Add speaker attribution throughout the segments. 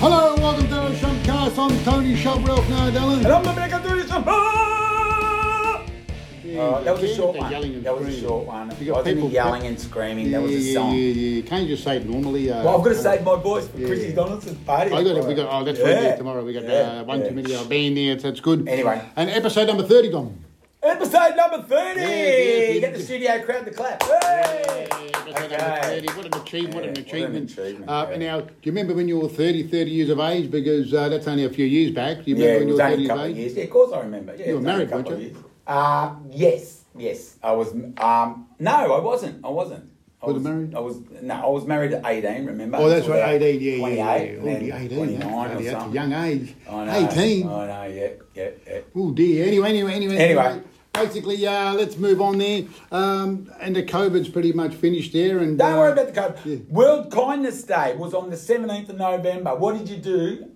Speaker 1: Hello and welcome to the Shumpcast. I'm Tony Shump, Ralph Nardella.
Speaker 2: And I'm gonna make a do this one. Ah! Uh, that was a short one. That was a short one.
Speaker 1: You
Speaker 2: It
Speaker 1: got people
Speaker 2: wasn't yelling and screaming. That was
Speaker 1: yeah,
Speaker 2: a
Speaker 1: yeah,
Speaker 2: song.
Speaker 1: yeah, yeah. Can't you just say it normally? Uh,
Speaker 2: Well, I've got to save my voice for
Speaker 1: Yeah.
Speaker 2: Chrissy Donaldson's party.
Speaker 1: I got it. We got. Oh, that's right. Yeah, tomorrow we got
Speaker 2: Yeah,
Speaker 1: uh, one
Speaker 2: yeah.
Speaker 1: too many. I've been there. so That's good.
Speaker 2: Anyway.
Speaker 1: and episode number thirty, Dom.
Speaker 2: Episode number 30!
Speaker 1: Yeah, yeah, yeah.
Speaker 2: Get the studio crowd to clap. Hey! Okay.
Speaker 1: What an achievement! What an
Speaker 2: Yeah, what an
Speaker 1: achievement!
Speaker 2: achievement,
Speaker 1: Uh,
Speaker 2: yeah.
Speaker 1: Now, do you remember when you were 30, 30 years of age? Because uh, that's only a few years back. Do you
Speaker 2: Yeah,
Speaker 1: remember
Speaker 2: it
Speaker 1: when you
Speaker 2: was
Speaker 1: were
Speaker 2: only
Speaker 1: 30
Speaker 2: a couple of
Speaker 1: years of age?
Speaker 2: years. Yeah, of course I remember.
Speaker 1: You
Speaker 2: Yeah,
Speaker 1: were
Speaker 2: it was only a
Speaker 1: married,
Speaker 2: couple of
Speaker 1: weren't you?
Speaker 2: years. Uh, yes, yes. I was, um, no, I wasn't. I wasn't.
Speaker 1: Wasn't
Speaker 2: I was
Speaker 1: married?
Speaker 2: I was no, I was married at eighteen. Remember?
Speaker 1: Oh, that's
Speaker 2: Until
Speaker 1: right,
Speaker 2: about
Speaker 1: 18, yeah, yeah, yeah.
Speaker 2: 28,
Speaker 1: Oh,
Speaker 2: and
Speaker 1: dear, 18,
Speaker 2: then
Speaker 1: that's,
Speaker 2: 29 or
Speaker 1: bloody- that's a
Speaker 2: something.
Speaker 1: young age.
Speaker 2: I know.
Speaker 1: 18.
Speaker 2: I know. Yeah. Yeah. Yeah.
Speaker 1: Oh dear. Anyway, anyway, anyway.
Speaker 2: Anyway.
Speaker 1: Basically, uh, let's move on there. Um, and the COVID's pretty much finished there. And
Speaker 2: Don't
Speaker 1: uh,
Speaker 2: worry about the code.
Speaker 1: yeah.
Speaker 2: World Kindness Day was on the seventeenth of November. What did you do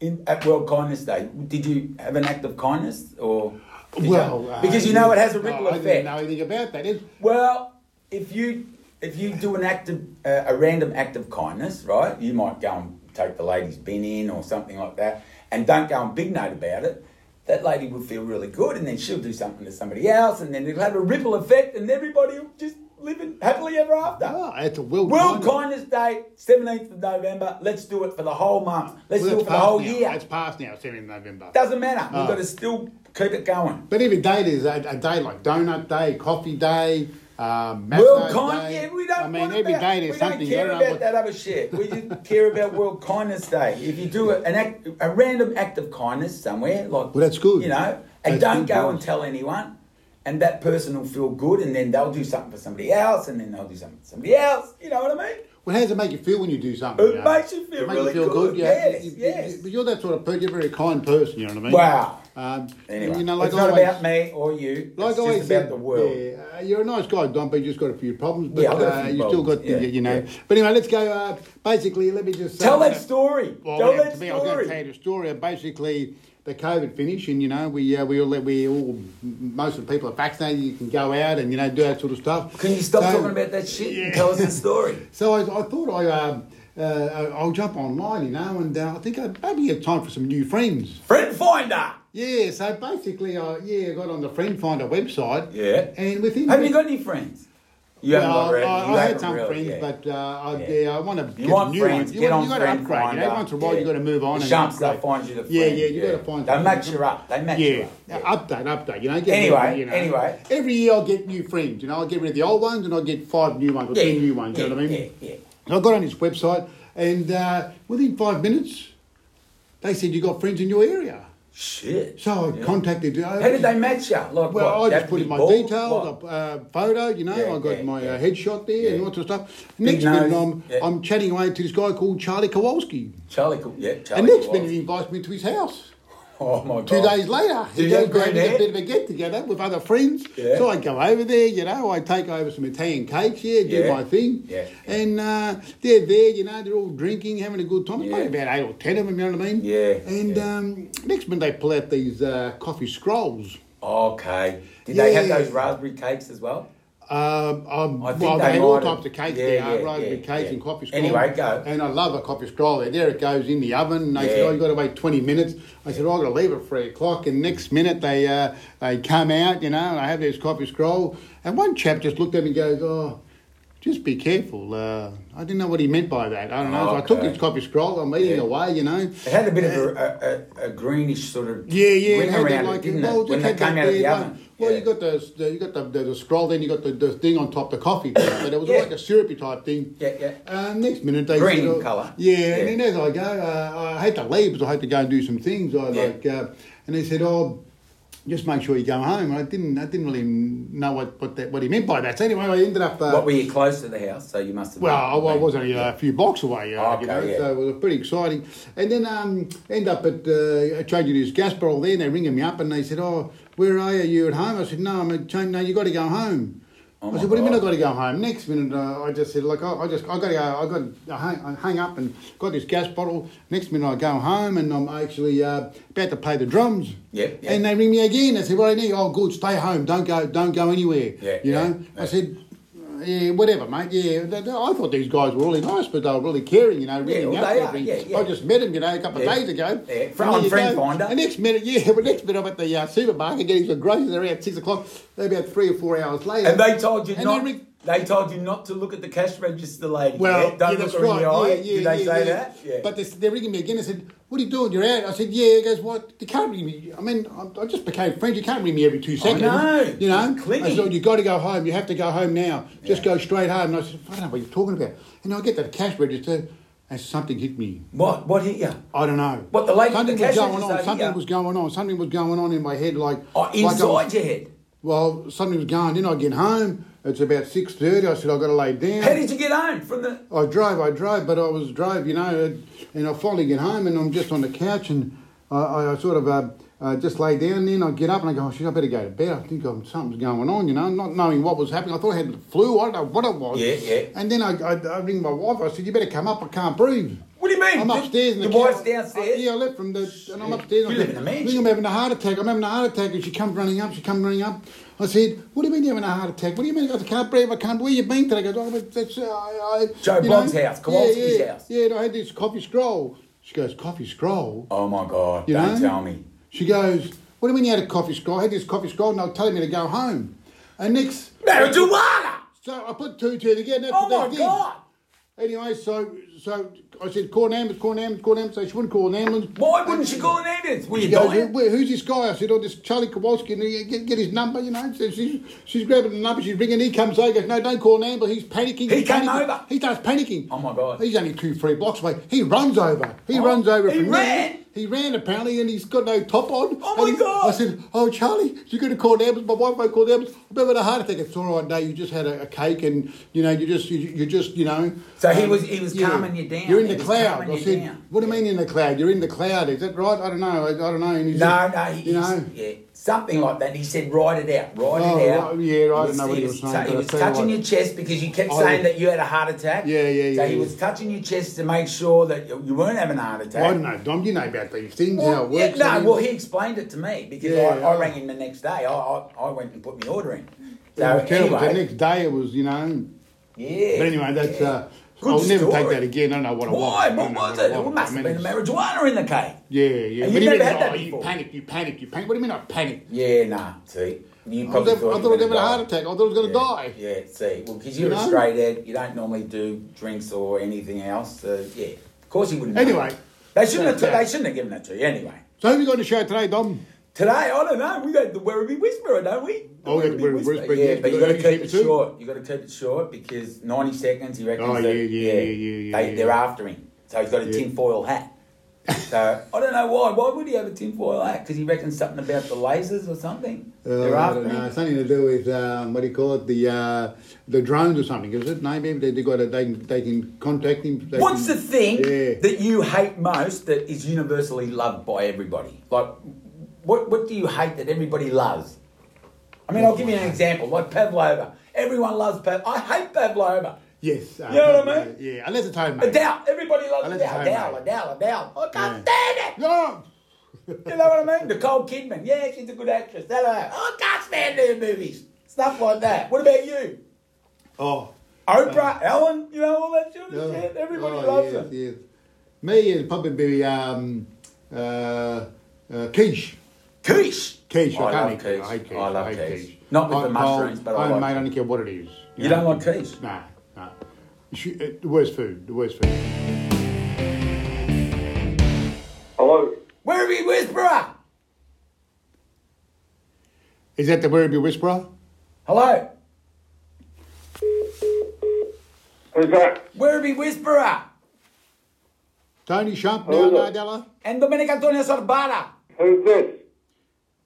Speaker 2: in, at World Kindness Day? Did you have an act of kindness or? did you-
Speaker 1: Well, uh,
Speaker 2: because you know it has a ripple
Speaker 1: no, I didn't
Speaker 2: effect.
Speaker 1: know anything about that. It's,
Speaker 2: Well, if you if you do an act of uh, a random act of kindness, right? You might go and take the lady's bin in or something like that, and don't go on big note about it. That lady will feel really good, and then she'll do something to somebody else, and then it'll have a ripple effect, and everybody will just live in happily ever after.
Speaker 1: oh, it's a world,
Speaker 2: World
Speaker 1: Kindness-
Speaker 2: Kindness Day, 17th of November. Let's do it for the whole month. Let's
Speaker 1: Well, that's
Speaker 2: do it for the whole
Speaker 1: passed now.
Speaker 2: year.
Speaker 1: That's passed now, 7th November.
Speaker 2: Doesn't matter.
Speaker 1: Oh.
Speaker 2: We've got to still keep it going.
Speaker 1: But every day there's a, a day like Donut Day, Coffee Day, um, math
Speaker 2: World
Speaker 1: day,
Speaker 2: Kindness yeah, we don't
Speaker 1: I mean,
Speaker 2: want
Speaker 1: every
Speaker 2: about,
Speaker 1: day
Speaker 2: we
Speaker 1: there's
Speaker 2: don't
Speaker 1: something.
Speaker 2: care
Speaker 1: I don't know
Speaker 2: about
Speaker 1: what-
Speaker 2: that other shit. We just care about World Kindness Day. If you do an act, a random act of kindness somewhere, like
Speaker 1: Well, that's good.
Speaker 2: You know, and
Speaker 1: That's
Speaker 2: don't
Speaker 1: good,
Speaker 2: go
Speaker 1: yes.
Speaker 2: and tell anyone, and that person will feel good, and then they'll do something for somebody else, and then they'll do something for somebody else. You know what I mean?
Speaker 1: Well, how does it make you feel when you do something?
Speaker 2: It makes you feel
Speaker 1: It
Speaker 2: really good,
Speaker 1: yeah.
Speaker 2: yes,
Speaker 1: You- you-
Speaker 2: yes.
Speaker 1: But you're that sort of person. You're a very kind person. You know what I mean?
Speaker 2: Wow.
Speaker 1: Um,
Speaker 2: Anyway,
Speaker 1: you know, like
Speaker 2: it's not
Speaker 1: always-
Speaker 2: about me or you.
Speaker 1: Like
Speaker 2: it's
Speaker 1: I
Speaker 2: just
Speaker 1: said,
Speaker 2: about the world.
Speaker 1: Yeah, uh, you're a nice guy, Don, but you just got a few problems. But
Speaker 2: Yeah, I've got a
Speaker 1: uh,
Speaker 2: few
Speaker 1: you still got,
Speaker 2: problems,
Speaker 1: the,
Speaker 2: yeah,
Speaker 1: you know.
Speaker 2: yeah.
Speaker 1: But anyway, let's go. Uh, basically, let me just
Speaker 2: Tell
Speaker 1: uh,
Speaker 2: that story.
Speaker 1: Well,
Speaker 2: Tell
Speaker 1: yeah,
Speaker 2: that
Speaker 1: to me, I was going to tell
Speaker 2: story.
Speaker 1: you the story. of Basically, the COVID finish, and you know, we uh, we all let we all most of the people are vaccinated. You can go out and you know do that sort of stuff.
Speaker 2: Can you stop
Speaker 1: So-
Speaker 2: talking about that shit and tell us the story?
Speaker 1: So I, I thought I. Um, uh, I- I'll jump online, you know, and uh, I think I maybe have time for some new friends.
Speaker 2: Friend Finder.
Speaker 1: Yeah, so basically, I yeah got on the Friend Finder website.
Speaker 2: Yeah.
Speaker 1: and within
Speaker 2: Have you got any friends? You haven't
Speaker 1: Well,
Speaker 2: got re-
Speaker 1: I,
Speaker 2: you
Speaker 1: I
Speaker 2: haven't
Speaker 1: had some
Speaker 2: really,
Speaker 1: friends,
Speaker 2: yeah.
Speaker 1: but uh, I, yeah.
Speaker 2: Yeah.
Speaker 1: I want to
Speaker 2: You
Speaker 1: get
Speaker 2: want
Speaker 1: new
Speaker 2: friends?
Speaker 1: ones. You
Speaker 2: get
Speaker 1: want,
Speaker 2: on
Speaker 1: you got to
Speaker 2: friend
Speaker 1: upgrade. You
Speaker 2: finder.
Speaker 1: know, once in a while, you got to move on.
Speaker 2: The
Speaker 1: and
Speaker 2: chumps,
Speaker 1: upgrade.
Speaker 2: they'll find you the friend.
Speaker 1: Yeah, yeah, you got to find.
Speaker 2: They
Speaker 1: something.
Speaker 2: match you up. They match you
Speaker 1: Yeah.
Speaker 2: up.
Speaker 1: update, update. You know, get
Speaker 2: Anyway,
Speaker 1: rid of, you know.
Speaker 2: anyway.
Speaker 1: Every year I'll get new friends. You know, I'll get rid of the old ones and I'll get five new ones or
Speaker 2: Yeah,
Speaker 1: ten new ones. you
Speaker 2: yeah,
Speaker 1: know what I mean?
Speaker 2: yeah, yeah.
Speaker 1: And I got on his website, and uh, within five minutes, they said you got friends in your area.
Speaker 2: Shit.
Speaker 1: So I contacted. uh,
Speaker 2: How did they match you? Like,
Speaker 1: Well,
Speaker 2: what?
Speaker 1: I
Speaker 2: They have
Speaker 1: just
Speaker 2: to
Speaker 1: put
Speaker 2: be
Speaker 1: in my
Speaker 2: bald?
Speaker 1: details,
Speaker 2: What?
Speaker 1: a uh, photo, you know,
Speaker 2: Yeah,
Speaker 1: I got
Speaker 2: yeah,
Speaker 1: my uh,
Speaker 2: yeah.
Speaker 1: headshot there and
Speaker 2: Yeah.
Speaker 1: all sorts of stuff.
Speaker 2: Big
Speaker 1: Next minute,
Speaker 2: nose,
Speaker 1: I'm,
Speaker 2: yeah.
Speaker 1: I'm chatting away to this guy called Charlie Kowalski.
Speaker 2: Charlie, cool. yeah, Charlie.
Speaker 1: and next
Speaker 2: Watts.
Speaker 1: minute, he invites me to his house.
Speaker 2: oh my god.
Speaker 1: Two days later,
Speaker 2: Do
Speaker 1: he
Speaker 2: you have
Speaker 1: goes down
Speaker 2: green
Speaker 1: to a
Speaker 2: hair?
Speaker 1: bit of a get together with other friends.
Speaker 2: Yeah.
Speaker 1: So I go over there, you know, I take over some Italian cakes, yeah, do
Speaker 2: Yeah.
Speaker 1: my thing.
Speaker 2: Yeah.
Speaker 1: And uh, they're there, you know, they're all drinking, having a good time. There's
Speaker 2: Yeah.
Speaker 1: Probably about eight or ten of them, you know what I mean?
Speaker 2: Yeah.
Speaker 1: And
Speaker 2: Yeah.
Speaker 1: Um, next minute, they pull out these uh, coffee scrolls.
Speaker 2: Okay. Did they have
Speaker 1: Yeah.
Speaker 2: those raspberry cakes as well?
Speaker 1: Um, um,
Speaker 2: I think
Speaker 1: well,
Speaker 2: they
Speaker 1: they, had all
Speaker 2: might have-
Speaker 1: types of cakes
Speaker 2: yeah,
Speaker 1: there,
Speaker 2: yeah,
Speaker 1: right?
Speaker 2: yeah,
Speaker 1: with cakes
Speaker 2: yeah.
Speaker 1: and coffee scroll.
Speaker 2: Anyway, go.
Speaker 1: And I love a coffee scroll there. There it goes in the oven. And they said,
Speaker 2: Yeah.
Speaker 1: "Oh, you got to wait twenty minutes." I said, oh, "I got to leave at three o'clock." And next minute they uh, they come out, you know, and I have this coffee scroll. And one chap just looked at me and goes, "Oh, just be careful." Uh, I didn't know what he meant by that. I don't know. So I took
Speaker 2: Okay.
Speaker 1: his coffee scroll. I'm eating
Speaker 2: Yeah.
Speaker 1: away, you know.
Speaker 2: It had a bit of a, a, a, a greenish sort of
Speaker 1: Yeah, yeah,
Speaker 2: ring
Speaker 1: it had
Speaker 2: around
Speaker 1: that,
Speaker 2: it,
Speaker 1: like,
Speaker 2: didn't
Speaker 1: well,
Speaker 2: it? When
Speaker 1: just
Speaker 2: they
Speaker 1: had that
Speaker 2: came out of the
Speaker 1: there,
Speaker 2: oven.
Speaker 1: like- Well,
Speaker 2: Yeah.
Speaker 1: you got the, the you got the, the, the scroll, then you got the, the thing on top, the coffee, thing, but it was
Speaker 2: Yeah.
Speaker 1: like a syrupy type thing.
Speaker 2: Yeah, yeah.
Speaker 1: Uh, next minute they
Speaker 2: Green
Speaker 1: said, oh,
Speaker 2: colour.
Speaker 1: Yeah,
Speaker 2: Yeah.
Speaker 1: and then as I go, uh, I had to leave because I had to go and do some things. I
Speaker 2: Yeah.
Speaker 1: like, uh, and they said, oh. Just make sure you go home. And I didn't. I didn't really know what what, that, what he meant by that. So anyway, I ended up. Uh,
Speaker 2: What were you close to the house? So you must have.
Speaker 1: well, I,
Speaker 2: been-
Speaker 1: I was only uh, a few blocks away, uh,
Speaker 2: Oh, Okay,
Speaker 1: you know,
Speaker 2: yeah.
Speaker 1: so it was pretty exciting. And then um, end up at uh, changing his gas barrel there, and they're ringing me up, and they said, "Oh, where are you? You at home?" I said, "No, I'm at change. No, you got to go home."
Speaker 2: Oh
Speaker 1: I
Speaker 2: my
Speaker 1: said, "What do you mean I
Speaker 2: God.
Speaker 1: got to go home?" Next minute, uh, I just said, "Like I, I just I got to go. I got I hung, I hung up and got this gas bottle." Next minute, I go home, and I'm actually uh, about to play the drums.
Speaker 2: Yep, yep.
Speaker 1: And they ring me again. I said, "What do you need?" "Oh, good. Stay home. Don't go. Don't go anywhere."
Speaker 2: Yeah,
Speaker 1: You
Speaker 2: yeah,
Speaker 1: know. I
Speaker 2: yeah.
Speaker 1: said. yeah, whatever, mate. Yeah, th- th- I thought these guys were really nice, but they were really caring, you know,
Speaker 2: Yeah,
Speaker 1: reading
Speaker 2: well,
Speaker 1: out
Speaker 2: they
Speaker 1: everything.
Speaker 2: are. Yeah, yeah.
Speaker 1: I just met him, you know, a couple
Speaker 2: Yeah.
Speaker 1: of days ago.
Speaker 2: Yeah,
Speaker 1: And
Speaker 2: from-
Speaker 1: there
Speaker 2: on
Speaker 1: you
Speaker 2: Friend
Speaker 1: go.
Speaker 2: Finder.
Speaker 1: And next minute, yeah, well, next minute I'm at the uh, supermarket getting some groceries. They're out six o'clock. They're about three or four hours later.
Speaker 2: And they told you
Speaker 1: And
Speaker 2: not.
Speaker 1: they re-
Speaker 2: they told you not to look at the cash register lady.
Speaker 1: Well,
Speaker 2: yeah? don't
Speaker 1: yeah,
Speaker 2: look
Speaker 1: that's
Speaker 2: her in the
Speaker 1: right.
Speaker 2: eye.
Speaker 1: Yeah,
Speaker 2: Eh, Did
Speaker 1: yeah,
Speaker 2: they
Speaker 1: yeah,
Speaker 2: say
Speaker 1: yeah.
Speaker 2: that? Yeah.
Speaker 1: But they, they're ringing me again. I said, "What are you doing? You're out." I said, "Yeah." He goes, "What? You can't ring me. I mean, I, I just became friends. You can't ring me every two seconds.
Speaker 2: know.
Speaker 1: You know."
Speaker 2: It's clinging.
Speaker 1: I said, "You got to go home. You have to go home now. Just go straight home." And I said, "I don't know what you're talking about." And I get that cash register, and something hit me.
Speaker 2: what? What hit you?
Speaker 1: I don't know.
Speaker 2: What, the lady with
Speaker 1: something
Speaker 2: the
Speaker 1: was
Speaker 2: cash
Speaker 1: going
Speaker 2: register
Speaker 1: on. Something
Speaker 2: here?
Speaker 1: was going on. Something was going on in my head, like
Speaker 2: Oh,
Speaker 1: like um, I
Speaker 2: inside
Speaker 1: was-
Speaker 2: your head.
Speaker 1: well, something was going. Then I get home. It's about six thirty. I said, "I got to lay down."
Speaker 2: How did you get home from the?
Speaker 1: I drove, I drove, but I was drove, you know, and I finally get home and I'm just on the couch and I, I, I sort of uh, uh, just lay down. Then I get up and I go, oh, shit, I better go to bed. I think I'm, something's going on, you know, not knowing what was happening. I thought I had the flu. I don't know what it was.
Speaker 2: Yeah, yeah.
Speaker 1: And then I, I, I ring my wife. I said, you better come up. I can't breathe.
Speaker 2: What do you mean?
Speaker 1: I'm upstairs. In
Speaker 2: The,
Speaker 1: the
Speaker 2: wife's
Speaker 1: couch.
Speaker 2: downstairs.
Speaker 1: I- yeah, I left from the, and I'm upstairs.
Speaker 2: You
Speaker 1: I
Speaker 2: live
Speaker 1: said,
Speaker 2: in a mansion.
Speaker 1: "Look, I'm having a heart attack. I'm having a heart attack. And she comes running up. She comes running up. I said, "What do you mean you're having a heart attack? What do you mean I can't breathe? I can't. Where you been today?" I go, "Oh, but that's uh, I, I,
Speaker 2: Joe
Speaker 1: you know."
Speaker 2: Blogg's house, Kowalski's
Speaker 1: yeah, yeah,
Speaker 2: house.
Speaker 1: Yeah, and I had this coffee scroll. She goes, "Coffee scroll."
Speaker 2: Oh my God!
Speaker 1: You
Speaker 2: don't
Speaker 1: know?
Speaker 2: tell me.
Speaker 1: She goes, "What do you mean you had a coffee scroll? I had this coffee scroll, and they were telling me to go home." And next,
Speaker 2: Marijuana.
Speaker 1: so I put two and two together. and That's
Speaker 2: Oh
Speaker 1: what
Speaker 2: my
Speaker 1: they did.
Speaker 2: God!
Speaker 1: Anyway, so so I said, "Call an ambulance, call an ambulance, call an ambulance." So she wouldn't call an ambulance.
Speaker 2: Why wouldn't you call an ambulance? Were you
Speaker 1: She goes,
Speaker 2: dying?
Speaker 1: "Who- who's this guy? I said, oh, this Charlie Kowalski. And he- uh, get, get his number, you know. So she's, she's grabbing the number, she's ringing. He comes over, goes, no, don't call an ambulance. He's panicking.
Speaker 2: He
Speaker 1: he's
Speaker 2: came
Speaker 1: panicking.
Speaker 2: over?
Speaker 1: He starts panicking.
Speaker 2: Oh, my God.
Speaker 1: He's only two, three blocks away. He runs over. He
Speaker 2: Oh,
Speaker 1: runs over.
Speaker 2: he
Speaker 1: from there.
Speaker 2: ran?
Speaker 1: He ran apparently, and he's got no top on.
Speaker 2: Oh, my
Speaker 1: And
Speaker 2: God.
Speaker 1: I said, oh, Charlie, you're going to call an ambulance. My wife won't call the ambulance. I've been with a heart attack. It's all right. No, you just had a, a cake, and you know, you just, you, you just, you know. Um,
Speaker 2: So he was- he was calming you down.
Speaker 1: You're in
Speaker 2: He
Speaker 1: the
Speaker 2: was
Speaker 1: cloud.
Speaker 2: calming
Speaker 1: I
Speaker 2: you
Speaker 1: said,
Speaker 2: down.
Speaker 1: what do you mean in the cloud? You're in the cloud. Is that right? I don't know. I, I don't know. And he's
Speaker 2: No,
Speaker 1: just-
Speaker 2: no, he,
Speaker 1: you know.
Speaker 2: he's- yeah, something like that. He said, "Write it out, write it
Speaker 1: Oh,
Speaker 2: out."
Speaker 1: right, yeah, I
Speaker 2: He
Speaker 1: don't know what he was saying,
Speaker 2: tou-
Speaker 1: but
Speaker 2: he
Speaker 1: I
Speaker 2: was
Speaker 1: feel like-
Speaker 2: touching your chest because you kept
Speaker 1: I-
Speaker 2: saying that you had a heart attack.
Speaker 1: Yeah, yeah,
Speaker 2: So
Speaker 1: yeah,
Speaker 2: he
Speaker 1: yeah.
Speaker 2: was touching your chest to make sure that you you weren't having a heart attack.
Speaker 1: I don't know, Dom. You know about these things, how it
Speaker 2: Well, yeah,
Speaker 1: works. I
Speaker 2: no,
Speaker 1: mean-
Speaker 2: well, he explained it to me because
Speaker 1: Yeah,
Speaker 2: I, I
Speaker 1: yeah.
Speaker 2: rang him the next day. I, I, I went and put my order in. So
Speaker 1: It was terrible.
Speaker 2: anyway,
Speaker 1: The next day, it was, you know.
Speaker 2: yeah.
Speaker 1: But anyway, that's.
Speaker 2: yeah.
Speaker 1: Uh,
Speaker 2: Good
Speaker 1: I'll never
Speaker 2: story.
Speaker 1: take that again. I don't know what I was.
Speaker 2: Why?
Speaker 1: I
Speaker 2: What
Speaker 1: don't know
Speaker 2: was
Speaker 1: I
Speaker 2: it?
Speaker 1: was.
Speaker 2: It must
Speaker 1: I
Speaker 2: have
Speaker 1: mean,
Speaker 2: been the
Speaker 1: it's-
Speaker 2: marijuana in the cake.
Speaker 1: Yeah, yeah. What
Speaker 2: And
Speaker 1: do
Speaker 2: you've
Speaker 1: you mean,
Speaker 2: never had that
Speaker 1: oh, you
Speaker 2: before.
Speaker 1: panic, you panic, you panic. What do you mean I panic?
Speaker 2: Yeah, nah. See, you
Speaker 1: I, was,
Speaker 2: probably
Speaker 1: I thought I
Speaker 2: you were
Speaker 1: was
Speaker 2: gonna
Speaker 1: having a
Speaker 2: die.
Speaker 1: heart attack. I thought I was going to die.
Speaker 2: Yeah, yeah, see, well, because you're
Speaker 1: You
Speaker 2: a
Speaker 1: know?
Speaker 2: straight head, you don't normally do drinks or anything else. So yeah, of course you wouldn't. know.
Speaker 1: Anyway,
Speaker 2: they shouldn't have.
Speaker 1: that's that.
Speaker 2: they shouldn't have given it to you anyway.
Speaker 1: So, who have you got on the show today, Dom?
Speaker 2: Today, I don't know. We got the Werribee Whisperer, don't we?
Speaker 1: Oh, we got the Werribee Whisperer,
Speaker 2: Yeah,
Speaker 1: yes,
Speaker 2: but
Speaker 1: we
Speaker 2: you got to
Speaker 1: got
Speaker 2: keep it
Speaker 1: Whisperer too.
Speaker 2: short. You got to keep it short because ninety seconds. He reckons.
Speaker 1: Oh,
Speaker 2: that-
Speaker 1: yeah, yeah, yeah, yeah,
Speaker 2: They,
Speaker 1: yeah.
Speaker 2: They're after him, so he's got a
Speaker 1: Yeah.
Speaker 2: tinfoil hat. so I don't know why. Why would he have a tinfoil hat? Because he reckons something about the lasers or something. they're
Speaker 1: Uh, I
Speaker 2: after
Speaker 1: don't know.
Speaker 2: him.
Speaker 1: Something to do with um, what do you call it? The uh, the drones or something, is it? No, maybe they, they got a, they, they can contact him. They
Speaker 2: What's the
Speaker 1: can-
Speaker 2: thing
Speaker 1: Yeah.
Speaker 2: that you hate most that is universally loved by everybody? Like, what, what do you hate that everybody loves? I mean, I'll give you an example, like Pavlova. Everyone loves Pavlova. I hate Pavlova.
Speaker 1: yes. Uh,
Speaker 2: You know what I mean?
Speaker 1: Yeah, unless it's home. mate.
Speaker 2: Adele. Everybody loves
Speaker 1: Unless it's
Speaker 2: Adele.
Speaker 1: homemade.
Speaker 2: Adele, Adele, Adele. Oh, I can't stand
Speaker 1: No.
Speaker 2: it. You know what I mean? Nicole Kidman. Yeah, she's a good actress. That, that. Oh, I can't stand her movies. Stuff like that. What about you?
Speaker 1: Oh.
Speaker 2: Oprah, Ellen, you know, all that sort
Speaker 1: No.
Speaker 2: of shit. Everybody
Speaker 1: Oh, yes,
Speaker 2: loves them.
Speaker 1: yes. Me is probably be um, uh, uh, quiche.
Speaker 2: Quiche.
Speaker 1: Quiche. I,
Speaker 2: I, love
Speaker 1: can't eat
Speaker 2: quiche.
Speaker 1: I hate quiche.
Speaker 2: I love
Speaker 1: hate
Speaker 2: quiche. Not with
Speaker 1: Hot,
Speaker 2: the mushrooms,
Speaker 1: cold,
Speaker 2: but I
Speaker 1: homemade,
Speaker 2: like
Speaker 1: I don't care what it is.
Speaker 2: You don't like quiche?
Speaker 1: Nah, nah. Sh- uh, The worst food. The worst food.
Speaker 3: Hello.
Speaker 2: Werribee Whisperer.
Speaker 1: Is that the Werribee Whisperer?
Speaker 2: Hello.
Speaker 3: Who's that?
Speaker 2: Werribee Whisperer.
Speaker 1: Tony Shump,
Speaker 3: Hello.
Speaker 1: now Nardella?
Speaker 2: And Domenico Antonio Sorbara.
Speaker 3: Who's this?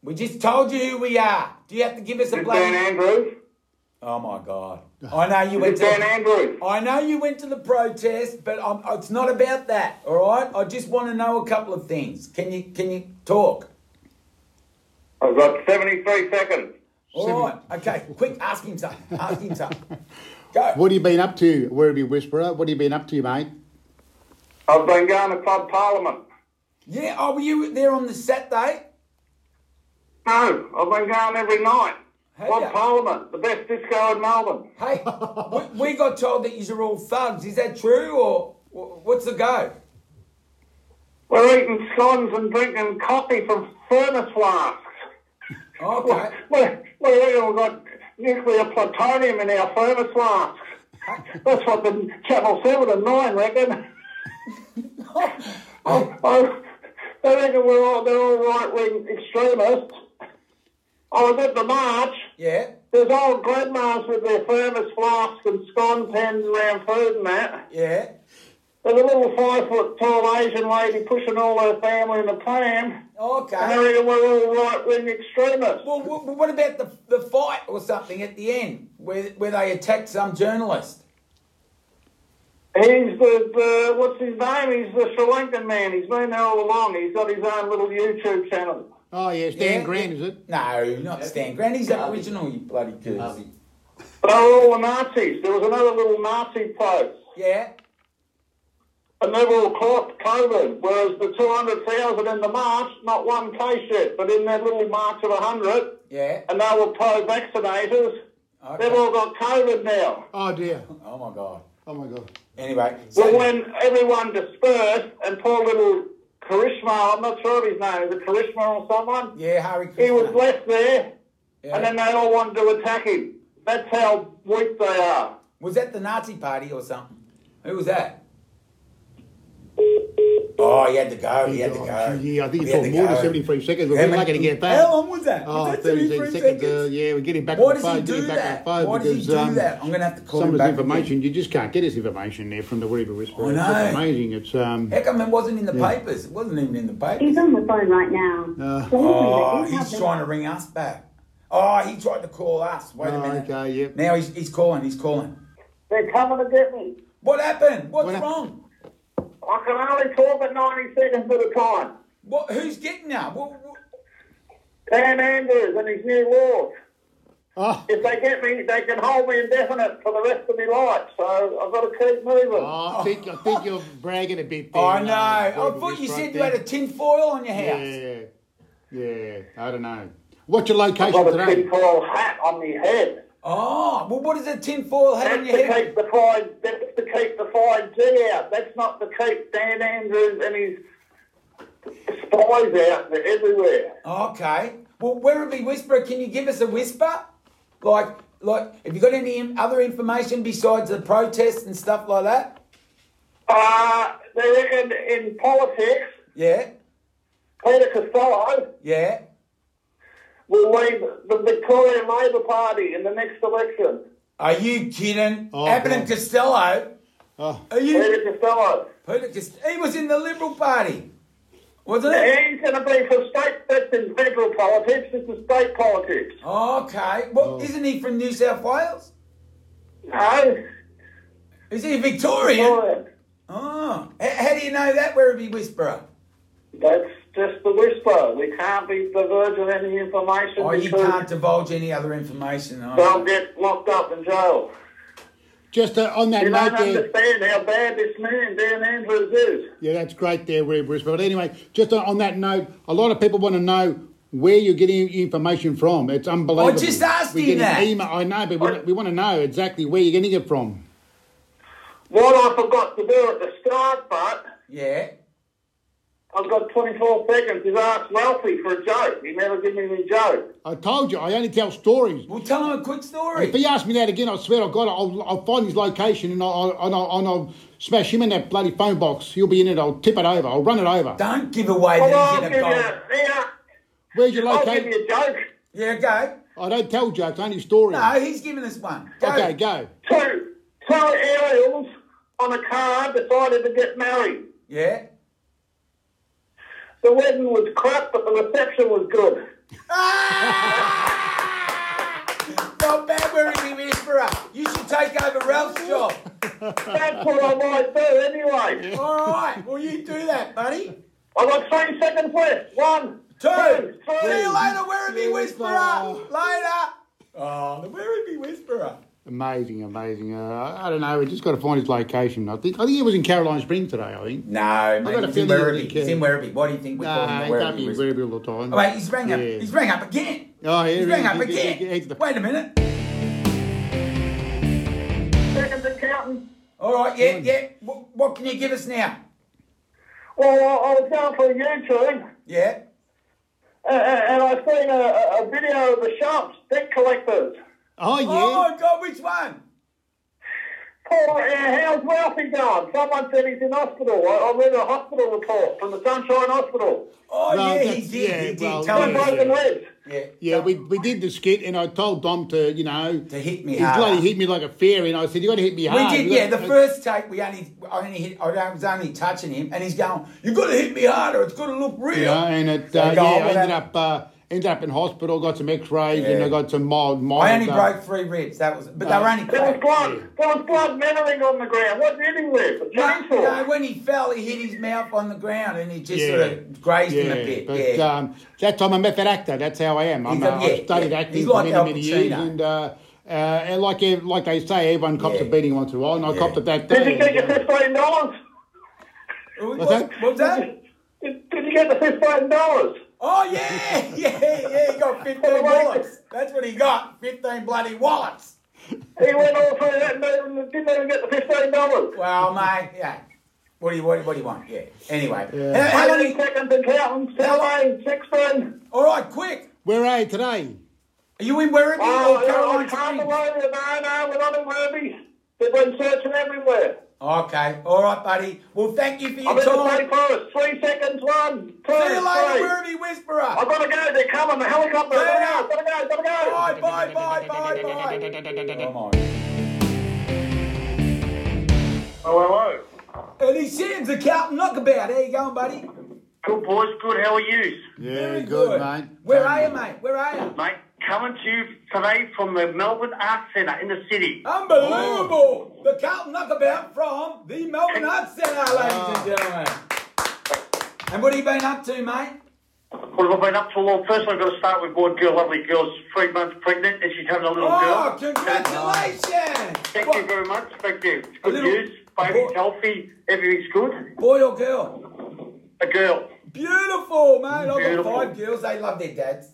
Speaker 2: We just told you who we are. Do you have to give us a
Speaker 3: Is it Dan
Speaker 2: bloody...
Speaker 3: Andrews?
Speaker 2: Oh, my God. I know you went
Speaker 3: Is it
Speaker 2: to...
Speaker 3: Dan
Speaker 2: The...
Speaker 3: Andrews?
Speaker 2: I know you went to the protest, but I'm, it's not about that, all right? I just want to know a couple of things. Can you can you talk?
Speaker 3: I've got 73 seconds.
Speaker 2: All
Speaker 1: Seven-
Speaker 2: right. Okay, quick, ask him something. Ask him something. Go.
Speaker 1: What have you been up to, Werribee Whisperer? What have you been up to, mate?
Speaker 3: I've been going to Club Parliament.
Speaker 2: Yeah, oh, were you there on the Saturday?
Speaker 3: No, I've been going every night.
Speaker 2: Hey,
Speaker 3: One
Speaker 2: yeah.
Speaker 3: Parliament, the best disco in Melbourne.
Speaker 2: Hey, we, we got told that you are all thugs. Is that true, or wh- what's the go?
Speaker 3: We're eating scones and drinking coffee from furnace flasks.
Speaker 2: Okay.
Speaker 3: We're, we're all got oh, nuclear plutonium in our furnace flasks. That's what the Channel 7 and 9 reckon. I, I, they reckon we're all, they're all right-wing extremists. I was at the march.
Speaker 2: Yeah,
Speaker 3: There's old grandmas with their thermos flasks and scone pans around food and that.
Speaker 2: yeah.
Speaker 3: There's a little five foot tall Asian lady pushing all her family in a pram. And they
Speaker 2: Okay.
Speaker 3: reckon we're all right wing extremists.
Speaker 2: Well, wh- wh- what about the the fight or something at the end where where they attacked some journalist?
Speaker 3: He's the, the, what's his name? He's the Sri Lankan man. He's been there all along. He's got his own little YouTube channel.
Speaker 1: Oh, yeah, Stan
Speaker 2: Yeah,
Speaker 1: Grant,
Speaker 2: yeah.
Speaker 1: is it?
Speaker 2: No, not Stan Grant. He's the
Speaker 4: Garvey.
Speaker 2: original, you bloody goose.
Speaker 4: Harvey.
Speaker 3: But they were all the Nazis. There was another little Nazi post.
Speaker 2: Yeah.
Speaker 3: And they were all caught COVID, whereas the 200,000 in the march, not one case yet, but in that little march of 100,
Speaker 2: Yeah.
Speaker 3: and they were pro vaccinators.
Speaker 2: Okay.
Speaker 3: They've all got COVID now.
Speaker 1: Oh, dear.
Speaker 2: Oh my god.
Speaker 1: Oh, my God.
Speaker 2: Anyway, so,
Speaker 3: Well, when everyone dispersed, and poor little Karishma, I'm not sure of his name, is it Karishma or someone?
Speaker 2: yeah, Harry.
Speaker 3: He was
Speaker 2: Krishna.
Speaker 3: left there,
Speaker 2: Yeah.
Speaker 3: and then they all wanted to attack him. That's how weak they are.
Speaker 2: Was that the Nazi party or something? Who was that? Oh, he had to go. He had to go.
Speaker 1: Yeah, I think
Speaker 2: He
Speaker 1: he thought
Speaker 2: had to
Speaker 1: more than
Speaker 2: go.
Speaker 1: 73 seconds. We're
Speaker 2: Yeah,
Speaker 1: lucky
Speaker 2: mate.
Speaker 1: to get back.
Speaker 2: How long was that?
Speaker 1: Oh,
Speaker 2: was that
Speaker 1: 33
Speaker 2: 33
Speaker 1: seconds. Uh, yeah, we're getting back
Speaker 2: Why
Speaker 1: on the
Speaker 2: does
Speaker 1: phone.
Speaker 2: he do
Speaker 1: getting back
Speaker 2: that?
Speaker 1: on the phone
Speaker 2: Why does
Speaker 1: because,
Speaker 2: he do
Speaker 1: um,
Speaker 2: that? I'm going to have to call
Speaker 1: some
Speaker 2: him
Speaker 1: of his
Speaker 2: back.
Speaker 1: information, you just can't get his information there from the Weaver Whisperer.
Speaker 2: I know.
Speaker 1: It's amazing. It's, um,
Speaker 2: Again. How come it wasn't in the
Speaker 1: Yeah.
Speaker 2: papers? It wasn't even in the papers.
Speaker 5: He's on the phone right now.
Speaker 1: Uh,
Speaker 5: Please
Speaker 2: Oh,
Speaker 5: leave a
Speaker 2: he's
Speaker 5: message.
Speaker 2: trying to ring us back. Oh, he tried to call us. Wait a
Speaker 1: Oh,
Speaker 2: minute.
Speaker 1: okay, yep.
Speaker 2: Now he's, he's calling. He's calling.
Speaker 3: They're coming to get me.
Speaker 2: What happened? What's
Speaker 1: What hap-
Speaker 2: wrong?
Speaker 3: I can only talk at 90 seconds at a time.
Speaker 2: What? Who's getting now? What, what?
Speaker 3: Dan Andrews and his new laws.
Speaker 1: oh,
Speaker 3: If they get me, they can hold me indefinite for the rest of my life. So I've got to keep moving.
Speaker 1: oh, I, think, I think you're bragging a bit there.
Speaker 2: Oh,
Speaker 1: you
Speaker 2: no.
Speaker 1: Weaver
Speaker 2: I thought you
Speaker 1: Whisperer
Speaker 2: said you
Speaker 1: thing.
Speaker 2: had a tin foil on your house.
Speaker 1: Yeah, yeah. I don't know. What's your
Speaker 3: I've
Speaker 1: location
Speaker 3: got a
Speaker 1: today?
Speaker 3: tinfoil hat on my head.
Speaker 2: Oh, well, what is a tinfoil hat on
Speaker 3: That's
Speaker 2: your
Speaker 3: to
Speaker 2: head?
Speaker 3: keep the five. That's to keep the five G out. That's not to keep Dan Andrews and his spies out. They're everywhere.
Speaker 2: Okay. Well, Werribee Whisperer, can you give us a whisper? Like, like, have you got any in- other information besides the protests and stuff like that?
Speaker 3: Uh, they reckon in politics,
Speaker 2: Yeah,
Speaker 3: Peter Costello
Speaker 2: yeah.
Speaker 3: will lead the Victorian Labor Party in the next election.
Speaker 2: Are you kidding?
Speaker 1: Oh,
Speaker 2: Abbott and
Speaker 1: God.
Speaker 2: Costello?
Speaker 1: Oh,
Speaker 2: Are you?
Speaker 3: Peter Costello.
Speaker 2: Peter Cost- he was in the Liberal Party, wasn't he?
Speaker 3: He's going to be for state. That's in federal politics. This is state politics.
Speaker 2: Okay.
Speaker 1: Oh.
Speaker 2: Well, isn't he from New South Wales?
Speaker 3: No.
Speaker 2: Is he Victorian?
Speaker 3: Victorian.
Speaker 2: Oh. H- how do you know that, Werribee Whisperer?
Speaker 3: That's just the whisper. We can't be diverging any information
Speaker 2: Oh, you
Speaker 3: because
Speaker 2: can't divulge any other information. Oh.
Speaker 3: they'll get locked up in jail.
Speaker 1: just uh, on that
Speaker 3: You
Speaker 1: note
Speaker 3: don't
Speaker 1: there.
Speaker 3: understand how bad this man Dan Andrews is.
Speaker 1: Yeah, that's great there, Weaver Whisperer. But anyway, just uh, on, on that note, a lot of people want to know where you're getting your information from. It's unbelievable.
Speaker 2: I just asked
Speaker 1: We're getting
Speaker 2: him that.
Speaker 1: Email. I know, but we, we want to know exactly where you're getting it from.
Speaker 3: What I forgot to do at the start, but
Speaker 2: Yeah.
Speaker 3: I've got 24 seconds. He's asked Ralphie for a joke. He never give me any joke.
Speaker 1: I told you, I only tell stories.
Speaker 2: Well, tell him a quick story.
Speaker 1: If he asks me that again, I swear I've got I'll, I'll find his location and I'll, I'll, and I'll, and I'll smash him in that bloody phone box. He'll be in it. I'll tip it over. I'll run it over.
Speaker 2: Don't give away
Speaker 3: Well,
Speaker 2: that
Speaker 3: I'll
Speaker 2: he's
Speaker 3: give
Speaker 2: in a
Speaker 3: you,
Speaker 2: goal.
Speaker 3: yeah,
Speaker 1: Where's your
Speaker 3: I'll give
Speaker 1: location?
Speaker 3: you a joke.
Speaker 2: Yeah, go.
Speaker 1: I don't tell jokes, only stories.
Speaker 2: No, he's giving us one. Go.
Speaker 1: Okay, go.
Speaker 3: Two, two aerials on a car decided to get married.
Speaker 2: Yeah.
Speaker 3: The wedding was crap, but the reception was good.
Speaker 2: Ah! Not bad, we're in the whisperer. You should take over Ralph's job.
Speaker 3: That's what I might do anyway.
Speaker 2: All right. Well, you do that, buddy.
Speaker 3: I've got three seconds left. One,
Speaker 2: Two.
Speaker 3: two,
Speaker 2: See
Speaker 3: three.
Speaker 2: you later, Werribee Whisperer.
Speaker 1: Whisperer.
Speaker 2: Later. Oh, the Werribee Whisperer.
Speaker 1: Amazing, amazing. Uh, I don't know. We just got to find his location. I think. I think it was in Caroline Spring today. I think.
Speaker 2: No,
Speaker 1: got
Speaker 2: man,
Speaker 1: a
Speaker 2: he's
Speaker 1: feeling
Speaker 2: in
Speaker 1: he
Speaker 2: Werribee. He's
Speaker 1: can.
Speaker 2: in Werribee. Why do you think we
Speaker 1: Nah,
Speaker 2: call
Speaker 1: he
Speaker 2: him the
Speaker 1: can't
Speaker 2: Werribee
Speaker 1: be
Speaker 2: Whisperer?
Speaker 1: invariable all the time.
Speaker 2: Oh, wait, he's rang up.
Speaker 1: Yeah.
Speaker 2: He's rang up again.
Speaker 1: Oh, yeah.
Speaker 2: He's
Speaker 1: really,
Speaker 2: rang up
Speaker 1: he- he- he- he's
Speaker 2: again.
Speaker 1: the-
Speaker 2: Wait a minute.
Speaker 3: Second accountant.
Speaker 2: All right, yeah, yeah. What, what can you give us now?
Speaker 3: Well, I, I was going through YouTube
Speaker 2: Yeah.
Speaker 3: and, uh, and I've seen a, a- a video of the sharps, debt collectors.
Speaker 1: Oh, yeah.
Speaker 2: Oh my God, which one?
Speaker 3: Paul, uh, how's Ralphie going? Someone said he's in hospital. I, I read a hospital report from the Sunshine Hospital.
Speaker 2: Oh
Speaker 1: Well,
Speaker 2: yeah, he
Speaker 1: that's-
Speaker 2: did.
Speaker 1: yeah,
Speaker 2: he did.
Speaker 1: well,
Speaker 2: Tell
Speaker 1: yeah.
Speaker 2: me.
Speaker 3: broken ribs.
Speaker 2: Yeah.
Speaker 1: Yeah, we, we did the skit, and I told Dom to, you know,
Speaker 2: To hit me
Speaker 1: He
Speaker 2: harder.
Speaker 1: bloody hit me like a fairy, and I said, "You got to hit me
Speaker 2: We
Speaker 1: hard."
Speaker 2: did,
Speaker 1: You
Speaker 2: yeah. The
Speaker 1: gotta-
Speaker 2: first take, we only, I only hit, I was only touching him, and he's going, "You've got to hit me harder. It's got to look real."
Speaker 1: you know, and it
Speaker 2: So
Speaker 1: uh, yeah,
Speaker 2: go on
Speaker 1: I
Speaker 2: with
Speaker 1: ended up
Speaker 2: that.
Speaker 1: uh, ended up in hospital, got some X-rays, and
Speaker 2: Yeah.
Speaker 1: I got some mild. mild
Speaker 2: I only
Speaker 1: uh,
Speaker 2: broke three ribs. That was, but they were only.
Speaker 3: There
Speaker 2: cracked.
Speaker 3: was blood. There was blood meddling on the ground. What did he with? A
Speaker 2: No, no,
Speaker 3: chainsaw.
Speaker 2: when he fell, he hit his mouth on the ground, and it just
Speaker 1: Yeah.
Speaker 2: sort of grazed him a
Speaker 1: yeah,
Speaker 2: bit.
Speaker 1: But
Speaker 2: yeah.
Speaker 1: um, that's I'm a method actor. That's how I am. I'm,
Speaker 2: He's a-
Speaker 1: uh,
Speaker 2: yeah,
Speaker 1: I've studied
Speaker 2: yeah.
Speaker 1: acting
Speaker 2: He's
Speaker 1: for
Speaker 2: like
Speaker 1: many
Speaker 2: Al
Speaker 1: many years,
Speaker 2: Pacino.
Speaker 1: and. Uh, uh, and like ev- like they say, everyone cops
Speaker 2: Yeah.
Speaker 1: a beating once in a while, and I
Speaker 2: Yeah.
Speaker 1: copped it that
Speaker 3: Did you
Speaker 1: day.
Speaker 3: get your fifteen dollars?
Speaker 2: What,
Speaker 1: that?
Speaker 2: what was that?
Speaker 3: Did, did you get the fifteen dollars?
Speaker 2: Oh yeah, yeah, yeah. He got fifteen wallets. That's what he got. Fifteen bloody wallets.
Speaker 3: He went all through that and didn't- didn't even get the fifteen dollars.
Speaker 2: Well, mate, yeah. What do you what, what do you want? Yeah. Anyway,
Speaker 1: Yeah.
Speaker 2: how, how long? you-
Speaker 3: Second accountant, Sally, Sexton.
Speaker 2: all right, quick.
Speaker 1: Where are you today?
Speaker 2: Are you in Werribee
Speaker 3: Oh,
Speaker 2: or
Speaker 3: I
Speaker 2: Caroline
Speaker 3: can't
Speaker 2: Springs?
Speaker 3: believe it. No, no, we're not in Werribee. They've been searching everywhere.
Speaker 2: Okay, all right, buddy. Well, thank you for
Speaker 3: I'm
Speaker 2: your
Speaker 3: in the
Speaker 2: time.
Speaker 3: State Forest. Three seconds, one, two,
Speaker 2: See you later,
Speaker 3: three.
Speaker 2: Werribee Whisperer.
Speaker 3: I've got to go. They're coming. The helicopter.
Speaker 2: Turn
Speaker 3: I've
Speaker 2: up.
Speaker 3: got to go. I've got to go.
Speaker 2: Bye, bye, bye, bye, bye. Oh my.
Speaker 3: Oh,
Speaker 2: Eddie Sims, accountant knockabout. How you going, buddy?
Speaker 3: hello. Good boys. Good. How are you?
Speaker 1: Yeah,
Speaker 2: Very
Speaker 1: mate.
Speaker 2: Where
Speaker 1: Very
Speaker 2: are you,
Speaker 1: good.
Speaker 2: mate? Where are you?
Speaker 3: Mate, coming to you today from the Melbourne Arts Centre in the city.
Speaker 2: Oh. Unbelievable! The Carlton knockabout from the Melbourne Arts Centre, ladies
Speaker 1: Ah.
Speaker 2: and gentlemen. And what have you been up to, mate?
Speaker 3: What have I been up to? Well, first I've got to start with one girl, lovely girl. She's three months pregnant and she's having a little
Speaker 2: Oh,
Speaker 3: girl.
Speaker 2: congratulations!
Speaker 3: Thank you very much. Thank you. It's
Speaker 2: A
Speaker 3: good
Speaker 2: little-
Speaker 3: news. Baby's healthy. Everything's good.
Speaker 2: Boy or girl?
Speaker 3: A girl.
Speaker 2: Beautiful, mate. I've got
Speaker 3: Beautiful.
Speaker 2: five girls. They love their dads.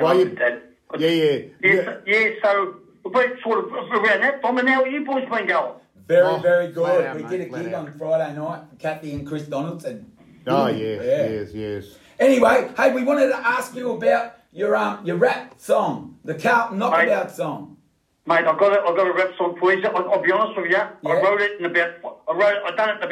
Speaker 1: Well,
Speaker 3: Um,
Speaker 1: you-
Speaker 3: that-
Speaker 1: Yeah, yeah.
Speaker 3: Yes, yeah. so we're sort of around that time, and how are you boys been going?
Speaker 2: Very,
Speaker 1: Oh,
Speaker 2: very good.
Speaker 1: flat out,
Speaker 2: we
Speaker 1: mate,
Speaker 2: did a
Speaker 1: flat
Speaker 2: gig
Speaker 1: out.
Speaker 2: on Friday night, Kathy and Chris Donaldson.
Speaker 1: Oh, yes,
Speaker 2: Yeah.
Speaker 1: yes, yes.
Speaker 2: Anyway, hey, we wanted to ask you about your um your rap song, the Carlton knockabout song.
Speaker 3: Mate, I've got a, I've got a rap song for you. I, I'll be honest with you. I
Speaker 2: Yeah.
Speaker 3: wrote it in about, I wrote, I done it in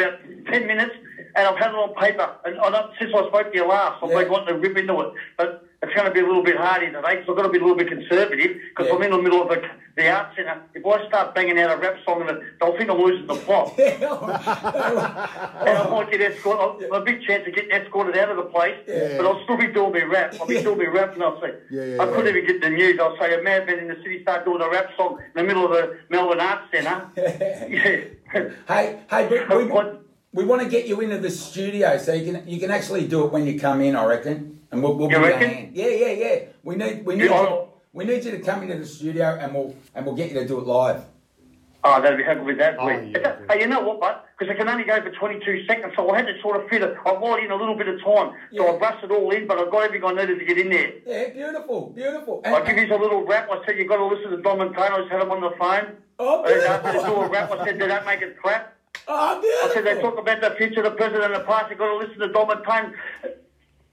Speaker 3: about 10 minutes, and I've had it on paper. And I don't, since I spoke to you last, I've
Speaker 2: Yeah.
Speaker 3: been wanting to rip into it. But it's going to be a little bit hardy today, because I've got to be a little bit conservative, because
Speaker 2: Yeah.
Speaker 3: I'm in the middle of the, the art centre. If I start banging out a rap song, and they'll think I'm losing the plot. And
Speaker 1: Oh.
Speaker 3: I might get escorted. A big chance of getting escorted out of the place,
Speaker 2: Yeah.
Speaker 3: but I'll still be doing my rap. I'll be
Speaker 2: Yeah.
Speaker 3: doing my rap, and I'll say,
Speaker 1: Yeah, yeah,
Speaker 3: I couldn't
Speaker 1: yeah.
Speaker 3: even get the news. I'll say a madman in the city started doing a rap song in the middle of the Melbourne Arts Centre. yeah.
Speaker 2: Hey, hey, we, we,
Speaker 3: What?
Speaker 2: we want to get you into the studio so you can you can actually do it when you come in. I reckon, and we'll, we'll
Speaker 3: You
Speaker 2: give a
Speaker 3: reckon?
Speaker 2: hand. Yeah, yeah, yeah. We need we need
Speaker 3: Yeah,
Speaker 2: you,
Speaker 3: I'll-
Speaker 2: we need you to come into the studio and we'll and we'll get you to do it live.
Speaker 3: Oh, that'd be happy with that.
Speaker 1: Oh,
Speaker 3: please.
Speaker 1: yeah,
Speaker 3: It's a-
Speaker 1: yeah.
Speaker 3: Hey, you know what, mate? Because I can only go for 22 seconds, so I had to sort of fit it. I wanted in a little bit of time, so
Speaker 2: Yeah.
Speaker 3: I rushed it all in, but I got everything I needed to get in there.
Speaker 2: Yeah, beautiful, beautiful.
Speaker 3: I give you a little rap. I said, you've got to listen to Dom and Tone. I just had him on the phone.
Speaker 2: Oh,
Speaker 3: I said,
Speaker 2: beautiful.
Speaker 3: after they do a rap, I said, they don't make it crap.
Speaker 2: oh, beautiful.
Speaker 3: I said they talk about the future, the present, and the past. You've got to listen to Dom and Tone.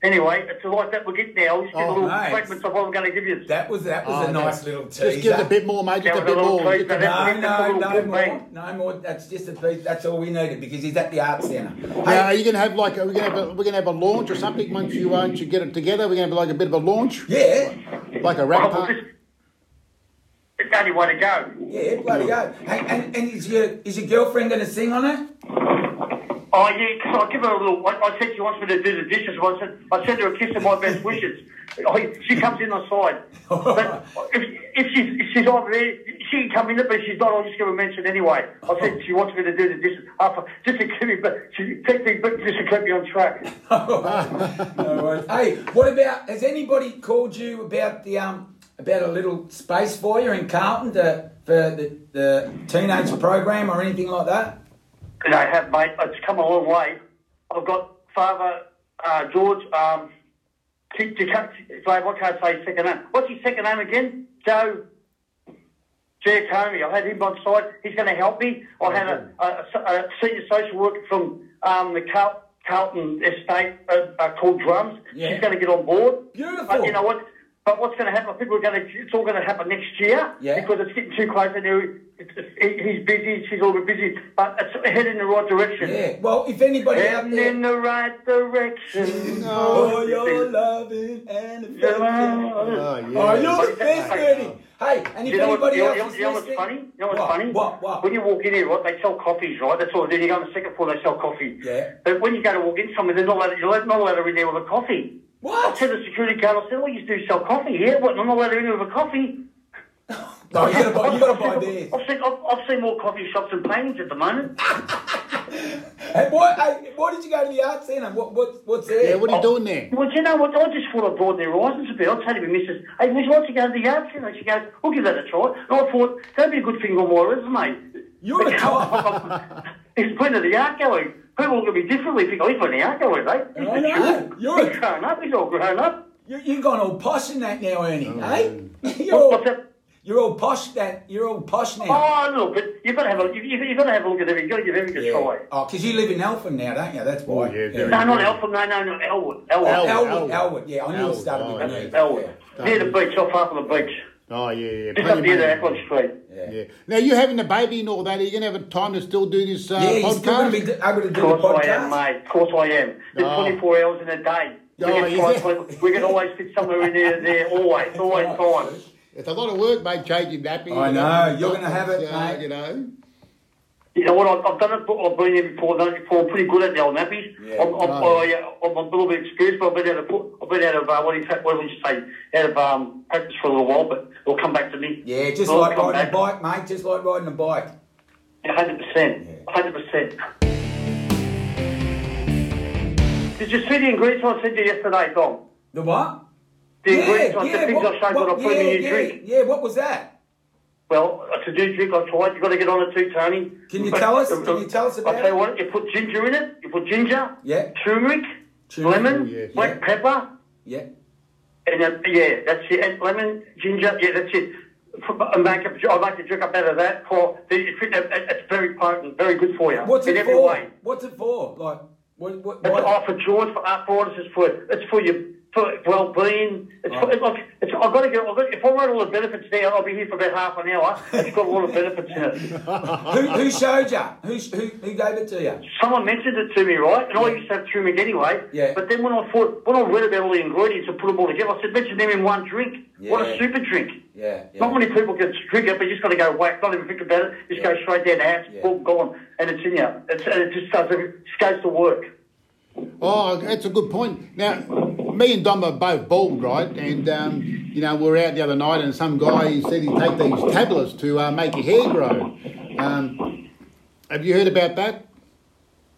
Speaker 3: Anyway, it's like that we're getting now. I'll just give
Speaker 1: Oh,
Speaker 3: a little
Speaker 2: nice.
Speaker 3: fragments of what I'm going to give you.
Speaker 2: That was that was
Speaker 1: Oh,
Speaker 2: a nice
Speaker 1: that's-
Speaker 2: little teaser.
Speaker 1: Just give us a bit more, mate. Just
Speaker 3: Yeah,
Speaker 1: a
Speaker 3: with a
Speaker 1: bit
Speaker 3: little
Speaker 1: more.
Speaker 3: tweak,
Speaker 1: Just a
Speaker 3: but that's-
Speaker 2: No,
Speaker 1: bit-
Speaker 2: no, no
Speaker 3: Bang.
Speaker 2: more. No more. That's just a piece. That's all we needed because he's at the art centre.
Speaker 1: Now, are
Speaker 2: Hey,
Speaker 1: you gonna have like a, we're gonna have a, we're gonna have a launch or something once you uh, once you get it together? We're gonna have like a bit of a launch,
Speaker 2: yeah,
Speaker 1: like a wrap
Speaker 3: Oh,
Speaker 1: up.
Speaker 3: this- It's the only way to go.
Speaker 2: yeah, bloody go. Hey, and, and is your is your girlfriend going to sing on it?
Speaker 3: Oh, yeah, 'cause I give her a little. I, I said she wants me to do the dishes. Well, I said I sent her a kiss of my best wishes. I, she comes in on side. But if, if, she's, if she's on there, she can come in, but if she's not, I'll just give her a mention anyway. I said she wants me to do the dishes. After, just to keep me, but she, take me, but just to keep me on track.
Speaker 2: No worries. hey, what about? Has anybody called you about the um about a little space for you in Carlton to, for the the teenage program or anything like that?
Speaker 3: And I have, mate. It's come a long way. I've got Father uh, George um, to, to come, Dave, I can't say his second name. What's his second name again? Joe Giacomi. I had him on site. He's going to help me. I had a, a, a senior social worker from um, the Carl, Carlton estate uh, uh, called Drums.
Speaker 2: Yeah.
Speaker 3: She's going to get on board.
Speaker 2: Beautiful.
Speaker 3: But you know what? But what's going to happen? I think we're going to. It's all going to happen next year.
Speaker 2: Yeah.
Speaker 3: Because it's getting too close. And he- he- he's busy. She's all busy. But it's heading in the right direction.
Speaker 2: Yeah. Well, if anybody out
Speaker 3: Heading in
Speaker 2: there
Speaker 3: the right direction.
Speaker 2: for your loving and affection,
Speaker 1: Oh, yeah.
Speaker 2: are you
Speaker 3: But-
Speaker 2: best ready? Hey, and if
Speaker 3: You know, what,
Speaker 2: anybody
Speaker 3: you, know,
Speaker 2: else
Speaker 3: you, know,
Speaker 2: is
Speaker 3: you know what's
Speaker 2: listening-
Speaker 3: funny? You know what's
Speaker 2: What?
Speaker 3: funny?
Speaker 2: What? What?
Speaker 3: When you walk in here, right, they sell coffees, right? That's all. Then you go on the second floor, they sell coffee.
Speaker 2: Yeah.
Speaker 3: But when you go to walk in somewhere, they're not allowed, you're not allowed to in there with a coffee. I
Speaker 2: What?
Speaker 3: said to the security guard, I said, well, you do sell coffee here. What, I'm not allowed in there with a coffee?
Speaker 2: No, you gotta buy. You gotta buy
Speaker 3: I've,
Speaker 2: theirs.
Speaker 3: I've, seen, I've, I've seen more coffee shops than paintings at the moment.
Speaker 2: Hey, boy, hey, why did you go to the art centre? What, what, what's there?
Speaker 1: Yeah, what are you
Speaker 3: Oh.
Speaker 1: doing there?
Speaker 3: Well, do you know what? I just thought I broadened their horizons a bit. I told my missus, hey, would you like to go to the yard centre? She goes, we'll give that a try. And I thought, that'd be a good thing on my resume.
Speaker 2: You're a top.
Speaker 3: He's putting in the art gallery. People look at me differently. Think, oh, he's putting in the art gallery, mate.
Speaker 2: I know. You're
Speaker 3: He's
Speaker 2: a,
Speaker 3: grown up. He's all grown up.
Speaker 2: you you've gone all posh in that now, Ernie.
Speaker 1: Oh,
Speaker 2: Hey, you're
Speaker 3: What's
Speaker 2: all,
Speaker 3: that?
Speaker 2: you're all posh. That you're all posh now.
Speaker 3: Oh, a little bit. You've got to have a you, you, you've got to have a look at everything. You've got to give everything a try.
Speaker 2: Oh, because you live in Eltham now, don't you? That's why.
Speaker 1: Oh, yeah, very
Speaker 3: No, not Alfred. No, no, no, Elwood.
Speaker 1: Elwood.
Speaker 3: Elwood.
Speaker 2: Elwood, Elwood, yeah, I knew it
Speaker 1: Elwood,
Speaker 2: started
Speaker 1: oh,
Speaker 2: with an
Speaker 1: yeah.
Speaker 2: E.
Speaker 3: Elwood. Near the beach, off half of the beach.
Speaker 1: Oh yeah, yeah.
Speaker 3: Just up
Speaker 1: plenty
Speaker 3: near
Speaker 1: of
Speaker 3: the
Speaker 1: money.
Speaker 3: Ackland Street.
Speaker 1: Yeah. Now you having the baby and all that. Are you gonna have time to still do this uh,
Speaker 2: Yeah, you're still
Speaker 1: podcast?
Speaker 2: going to be do- able to do
Speaker 3: Of
Speaker 2: the
Speaker 3: course I
Speaker 2: podcast.
Speaker 3: am,
Speaker 2: Ah.
Speaker 3: mate. Of course I am. There's
Speaker 1: Oh.
Speaker 3: 24 hours in a day. We,
Speaker 1: Oh,
Speaker 3: can try,
Speaker 1: yeah.
Speaker 3: put- we can always fit somewhere in there, there, always, always
Speaker 2: Ah.
Speaker 3: time.
Speaker 1: It's a lot of work, mate. Changing that.
Speaker 2: I know, you're gonna have it,
Speaker 1: uh,
Speaker 2: mate.
Speaker 1: You know.
Speaker 3: You know what? I've, I've done it. be- I've been there before. Done it before. I'm pretty good at the old nappies.
Speaker 2: Yeah.
Speaker 3: I'm, I'm,
Speaker 1: Right.
Speaker 3: I, uh, I'm a little bit experienced, but I've been out of put- I've been out of uh, what do you say- what do you say? Out of um, practice for a little while, but it'll come back to me.
Speaker 2: Yeah, just
Speaker 3: It'll
Speaker 2: like
Speaker 3: come
Speaker 2: riding a
Speaker 3: back.
Speaker 2: bike, mate. Just like riding a bike.
Speaker 3: Yeah, 100%. 100%. Did you see the ingredients I sent you yesterday, Dom?
Speaker 2: The what?
Speaker 3: The ingredients, I the things I showed you on a
Speaker 2: yeah,
Speaker 3: premium
Speaker 2: yeah,
Speaker 3: drink.
Speaker 2: yeah, what was that?
Speaker 3: Well, uh, it's a new drink I tried. You've got to get on it too, Tony.
Speaker 2: Can you
Speaker 3: But-
Speaker 2: tell us? Can you tell us about
Speaker 3: I'll tell
Speaker 2: it?
Speaker 3: you what, you put ginger in it. You put ginger,
Speaker 2: Yeah.
Speaker 3: turmeric,
Speaker 2: Turmeric,
Speaker 1: oh,
Speaker 3: lemon,
Speaker 1: yeah.
Speaker 3: black
Speaker 2: Yeah.
Speaker 3: pepper,
Speaker 2: Yeah.
Speaker 3: and uh, yeah, that's it. And lemon, ginger, yeah, that's it. For- I make a, I make a drink up out of that. For it's, it's very potent, very good for you
Speaker 2: What's
Speaker 3: in
Speaker 2: it
Speaker 3: every
Speaker 2: for?
Speaker 3: way.
Speaker 2: What's it for? Like, what? what
Speaker 3: It's
Speaker 2: why-
Speaker 3: oh, for joy, for arthritis, it's for it's for your for well-being. It's for, look, it's, I've got to go. I've got, if I write all the benefits there, I'll be here for about half an hour. It's got a lot of benefits in it.
Speaker 2: who, who showed you? Who, sh- who, who gave it to you?
Speaker 3: Someone mentioned it to me, right? And I used to have turmeric anyway.
Speaker 2: Yeah.
Speaker 3: But then when I thought, when I read about all the ingredients and put them all together, I said, mention them in one drink. What
Speaker 2: Yeah.
Speaker 3: a super drink.
Speaker 2: Yeah, yeah.
Speaker 3: Not many people can drink it, but you just got to go whack, not even think about it. Just
Speaker 2: Yeah.
Speaker 3: go straight down the house,
Speaker 2: Yeah.
Speaker 3: boom, gone, and it's in you. It's, and it just does, it just goes to work.
Speaker 1: Oh, that's a good point. Now, me and Dom are both bald, right? And um, you know, we were out the other night, and some guy said he'd take these tablets to uh, make your hair grow. Um, have you heard about that?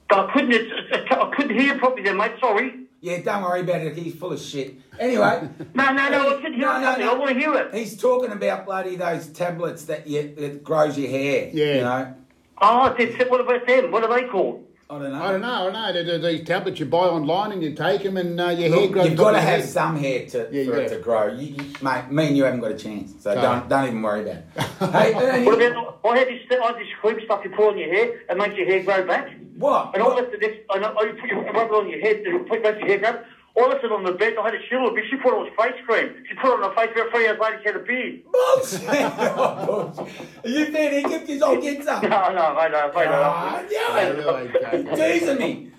Speaker 3: But I couldn't, it's, it's, I couldn't hear properly there, mate. Sorry.
Speaker 2: Yeah, don't worry about it. He's full of shit. Anyway.
Speaker 3: No, no, no. I couldn't hear
Speaker 2: No,
Speaker 3: it
Speaker 2: no,
Speaker 3: properly.
Speaker 2: no.
Speaker 3: I want to hear it.
Speaker 2: He's talking about bloody those tablets that you that grows your hair.
Speaker 1: Yeah.
Speaker 2: You know?
Speaker 3: Oh, did, what about them? What are they called?
Speaker 2: I don't know.
Speaker 1: I don't know. I don't know. There- there are These tablets you buy online and you take them, and uh, your hair grows.
Speaker 2: You've got to
Speaker 1: on your
Speaker 2: have
Speaker 1: head.
Speaker 2: some hair to
Speaker 1: Yeah, you
Speaker 2: for it
Speaker 1: gotta-
Speaker 2: to grow. You, you- mate, me and you haven't got a chance, so
Speaker 1: No.
Speaker 2: don't don't even worry about it. hey, Ernie,
Speaker 3: What about, I had this, I had this cream stuff you put on your hair and makes your hair grow back.
Speaker 2: what?
Speaker 3: And I left it next, and I, I put your rub it on your head, and put back your hair grab. I left it on the bed, I had a shield, but she put it on face cream. She put it on her face, about three hours later she had a beard.
Speaker 2: Bullshit. Are you fair dinkum? Because I'll get some.
Speaker 3: No, no, I know, I
Speaker 2: Ah,
Speaker 3: know.
Speaker 2: yeah.
Speaker 1: Really, okay.
Speaker 2: Teasing me.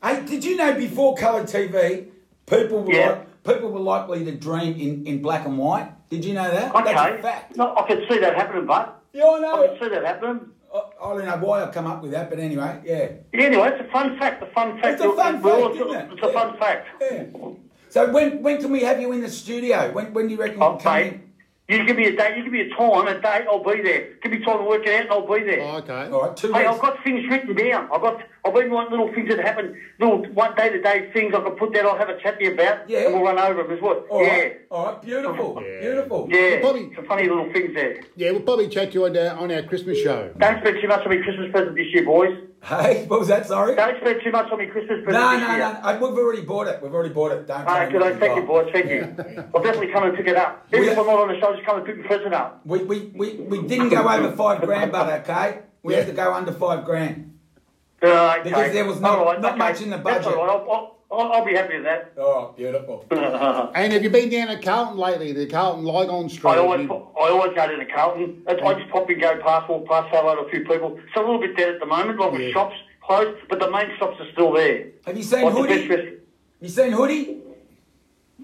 Speaker 2: Hey, did you know before colour TV, people were
Speaker 3: Yeah.
Speaker 2: like, people were likely to dream in, in black and white? Did you know that? That's a
Speaker 3: Okay.
Speaker 2: fact.
Speaker 3: No, I could see that happening, but
Speaker 2: Yeah, I
Speaker 3: I
Speaker 2: know.
Speaker 3: could see that happening.
Speaker 2: I, I don't know why I've come up with that, but anyway, yeah.
Speaker 3: Yeah, anyway, it's a fun fact, a fun
Speaker 2: It's
Speaker 3: fact.
Speaker 2: a fun
Speaker 3: We're
Speaker 2: fact,
Speaker 3: all-
Speaker 2: isn't it?
Speaker 3: It's a fun fact.
Speaker 2: Yeah. So when when can we have you in the studio? When when do you reckon
Speaker 3: Oh,
Speaker 2: you'll come
Speaker 3: mate,
Speaker 2: in?
Speaker 3: you give me a date, you give me a time, a date, I'll be there. Give me time to work it out and I'll be there.
Speaker 1: Oh, okay.
Speaker 2: All right, two
Speaker 3: Hey,
Speaker 2: weeks.
Speaker 3: I've got things written down. I've got, I wouldn't want little things that happen, little one day to day things I could put that I'll have a chat to you about
Speaker 2: Yeah.
Speaker 3: and we'll run over them as well.
Speaker 2: All
Speaker 3: yeah.
Speaker 2: right, all right, beautiful,
Speaker 1: Yeah.
Speaker 2: beautiful.
Speaker 3: Yeah.
Speaker 1: Bobby-
Speaker 3: Some funny little things there.
Speaker 1: Yeah, we'll probably chat to you on, uh, on our Christmas show.
Speaker 3: Don't spend too much on me Christmas present this year, boys.
Speaker 2: Hey, what was that? Sorry. No,
Speaker 3: Don't spend too much on me Christmas present
Speaker 2: no,
Speaker 3: this
Speaker 2: no,
Speaker 3: year.
Speaker 2: no. I- We've already bought it. We've already bought it. Don't.
Speaker 3: All right,
Speaker 2: tell
Speaker 3: good.
Speaker 2: me
Speaker 3: on.
Speaker 2: what
Speaker 3: Thank you,
Speaker 2: you got.
Speaker 3: boys. Thank you. I'll definitely come and pick it up. Even
Speaker 2: We-
Speaker 3: if I'm not on the show, just come and pick the present up.
Speaker 2: We, we, we, we didn't go over five grand, but okay, we had to go under five grand.
Speaker 3: Uh, okay.
Speaker 2: Because there was not-
Speaker 3: All right,
Speaker 2: not
Speaker 3: okay.
Speaker 2: much in the
Speaker 3: That's
Speaker 2: budget.
Speaker 3: all right. I'll, I'll, I'll be happy with that.
Speaker 2: All right, beautiful.
Speaker 1: And have you been down at Carlton lately? The Carlton Lygon Street.
Speaker 3: I always,
Speaker 1: You-
Speaker 3: I always go to the Carlton. That's, I just pop and go past, walk past, say hello to a few people. It's a little bit dead at the moment, like
Speaker 1: Yeah.
Speaker 3: with shops closed, but the main shops are still there.
Speaker 2: Have you seen
Speaker 3: Like the
Speaker 2: Hoodie?
Speaker 3: best rest-
Speaker 2: You seen Hoodie?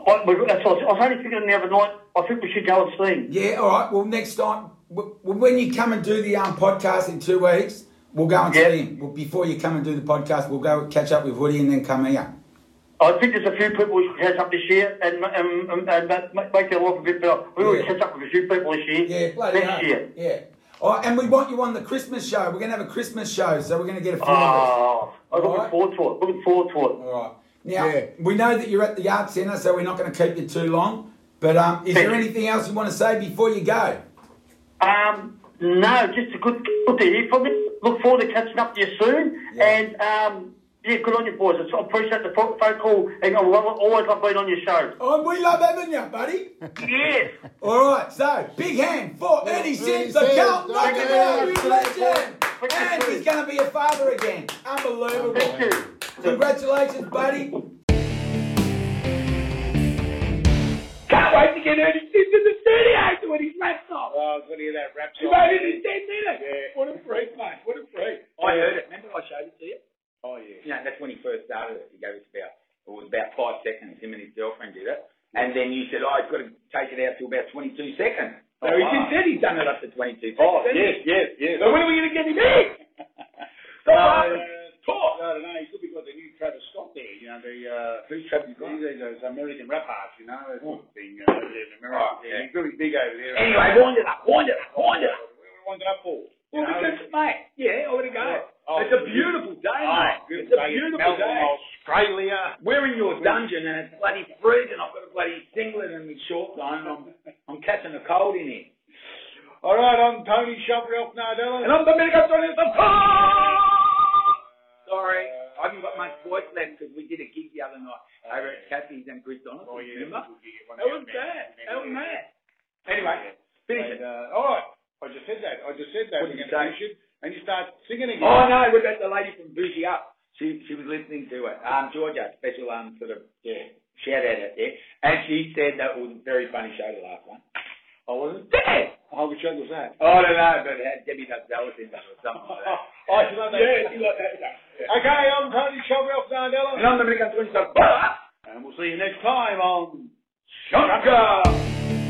Speaker 3: I, we- that's what I, was, I was only thinking the other night. I think we should go and see. him.
Speaker 2: Yeah, all right. Well, next time, w- w- when you come and do the um, podcast in two weeks, we'll go and
Speaker 3: Yeah.
Speaker 2: see him. Well, before you come and do the podcast, we'll go catch up with Woody and then come here.
Speaker 3: I think there's a few people we should catch up this year and um, um, and that ma- make their life a bit better. We will
Speaker 2: Yeah.
Speaker 3: catch up with a few people this year.
Speaker 2: Yeah, bloody
Speaker 3: next
Speaker 2: hell.
Speaker 3: year.
Speaker 2: Yeah. All right, and we want you on the Christmas show. We're going to have a Christmas show, so we're going to get a few of us.
Speaker 3: Oh, I'm looking
Speaker 2: Alright.
Speaker 3: forward to it. Looking forward to it.
Speaker 2: All right. Now,
Speaker 1: Yeah.
Speaker 2: we know that you're at the Art Centre, so we're not going to keep you too long. But um, is
Speaker 3: Thank
Speaker 2: there
Speaker 3: you.
Speaker 2: anything else you want to say before you go?
Speaker 3: Um, no, just a good good to hear from you. Look forward to catching up with you soon.
Speaker 2: Yeah.
Speaker 3: And um, yeah, good on you, boys. I appreciate the phone phone call, and I love, always love being on your show.
Speaker 2: Oh, we love having you, buddy.
Speaker 3: yes.
Speaker 2: All right, so big hand for Eddie Sims, the
Speaker 1: Eddie
Speaker 2: Cal
Speaker 1: Sims,
Speaker 2: Knockabout
Speaker 1: thank you.
Speaker 2: legend.
Speaker 3: Thank you.
Speaker 2: And he's going to be a father again.
Speaker 3: Thank
Speaker 2: Unbelievable.
Speaker 3: you.
Speaker 2: Congratulations, buddy.
Speaker 4: Can't wait to get Ernie Sims in the studio doing his rap song.
Speaker 5: Oh, I was going to hear that rap
Speaker 4: He
Speaker 5: song.
Speaker 4: made it in 10 minutes.
Speaker 5: Yeah.
Speaker 4: What a freak, mate. What a freak.
Speaker 5: I heard it.
Speaker 4: Remember I showed it to you?
Speaker 5: Oh, yeah.
Speaker 4: You know, that's when he first started it. He gave us about, it was about five seconds, him and his girlfriend did it. And then you said, oh, I've got to take it out to about 22 seconds. So
Speaker 5: Oh,
Speaker 4: he
Speaker 5: wow.
Speaker 4: just said he's done it up to 22 seconds.
Speaker 5: Oh,
Speaker 4: hasn't
Speaker 5: yes,
Speaker 4: he?
Speaker 5: yes, yes.
Speaker 4: So when are we going to get him in?
Speaker 5: Uh,
Speaker 4: Stop laughing. Talk.
Speaker 5: I don't know. He's probably got the new Travis Scott there. You know, the uh,
Speaker 4: Who's trapped you guys?
Speaker 5: these those American rap artists. You know, that sort of thing uh, over there in America.
Speaker 4: Oh, yeah.
Speaker 5: He's really big over there.
Speaker 4: Anyway, wind it up, wind it up, wind it up.
Speaker 5: Wind it up for. You
Speaker 4: Well,
Speaker 5: know?
Speaker 4: because, mate, yeah, I would have go.
Speaker 5: Oh,
Speaker 4: it's a beautiful day,
Speaker 5: Oh,
Speaker 4: mate.
Speaker 5: good
Speaker 4: It's a
Speaker 5: day.
Speaker 4: beautiful
Speaker 5: Melbourne,
Speaker 4: day.
Speaker 5: Australia.
Speaker 4: We're in your dungeon and it's bloody freezing. I've got a bloody singlet and my shorts on. and I'm, I'm catching a cold in here.
Speaker 5: All right, I'm Tony Shop, Ralph Nardella.
Speaker 4: And I'm Domenico Torres. I'm Sorry, I haven't got much voice left because we did a gig the other night over at Kathy's and Chris Donovan.
Speaker 5: Oh, yeah.
Speaker 4: Remember?
Speaker 5: we'll get one
Speaker 4: That was
Speaker 5: out, man.
Speaker 4: bad. That was
Speaker 5: Yeah.
Speaker 4: mad. Anyway, finish
Speaker 5: And,
Speaker 4: it.
Speaker 5: uh, all right. I just said that. I just said that.
Speaker 4: What did
Speaker 5: We're
Speaker 4: you
Speaker 5: gonna
Speaker 4: say?
Speaker 5: finish it, And you start singing again.
Speaker 4: Oh no, we got the lady from Bougie Up. She she was listening to it. Um, Georgia, special um sort of yeah shout out out there, and she said that it was a very funny show the last one. I wasn't there.
Speaker 5: Oh, which one was that?
Speaker 4: I don't know, but it had Debbie Dallas in it or something like that.
Speaker 5: Oh, she loved that.
Speaker 4: Yeah, she loved that. Yeah.
Speaker 5: Okay, I'm Tony Sheldrake Nardella.
Speaker 4: And I'm Dominic Antoine. So,
Speaker 5: And we'll see you next time on
Speaker 4: shut up.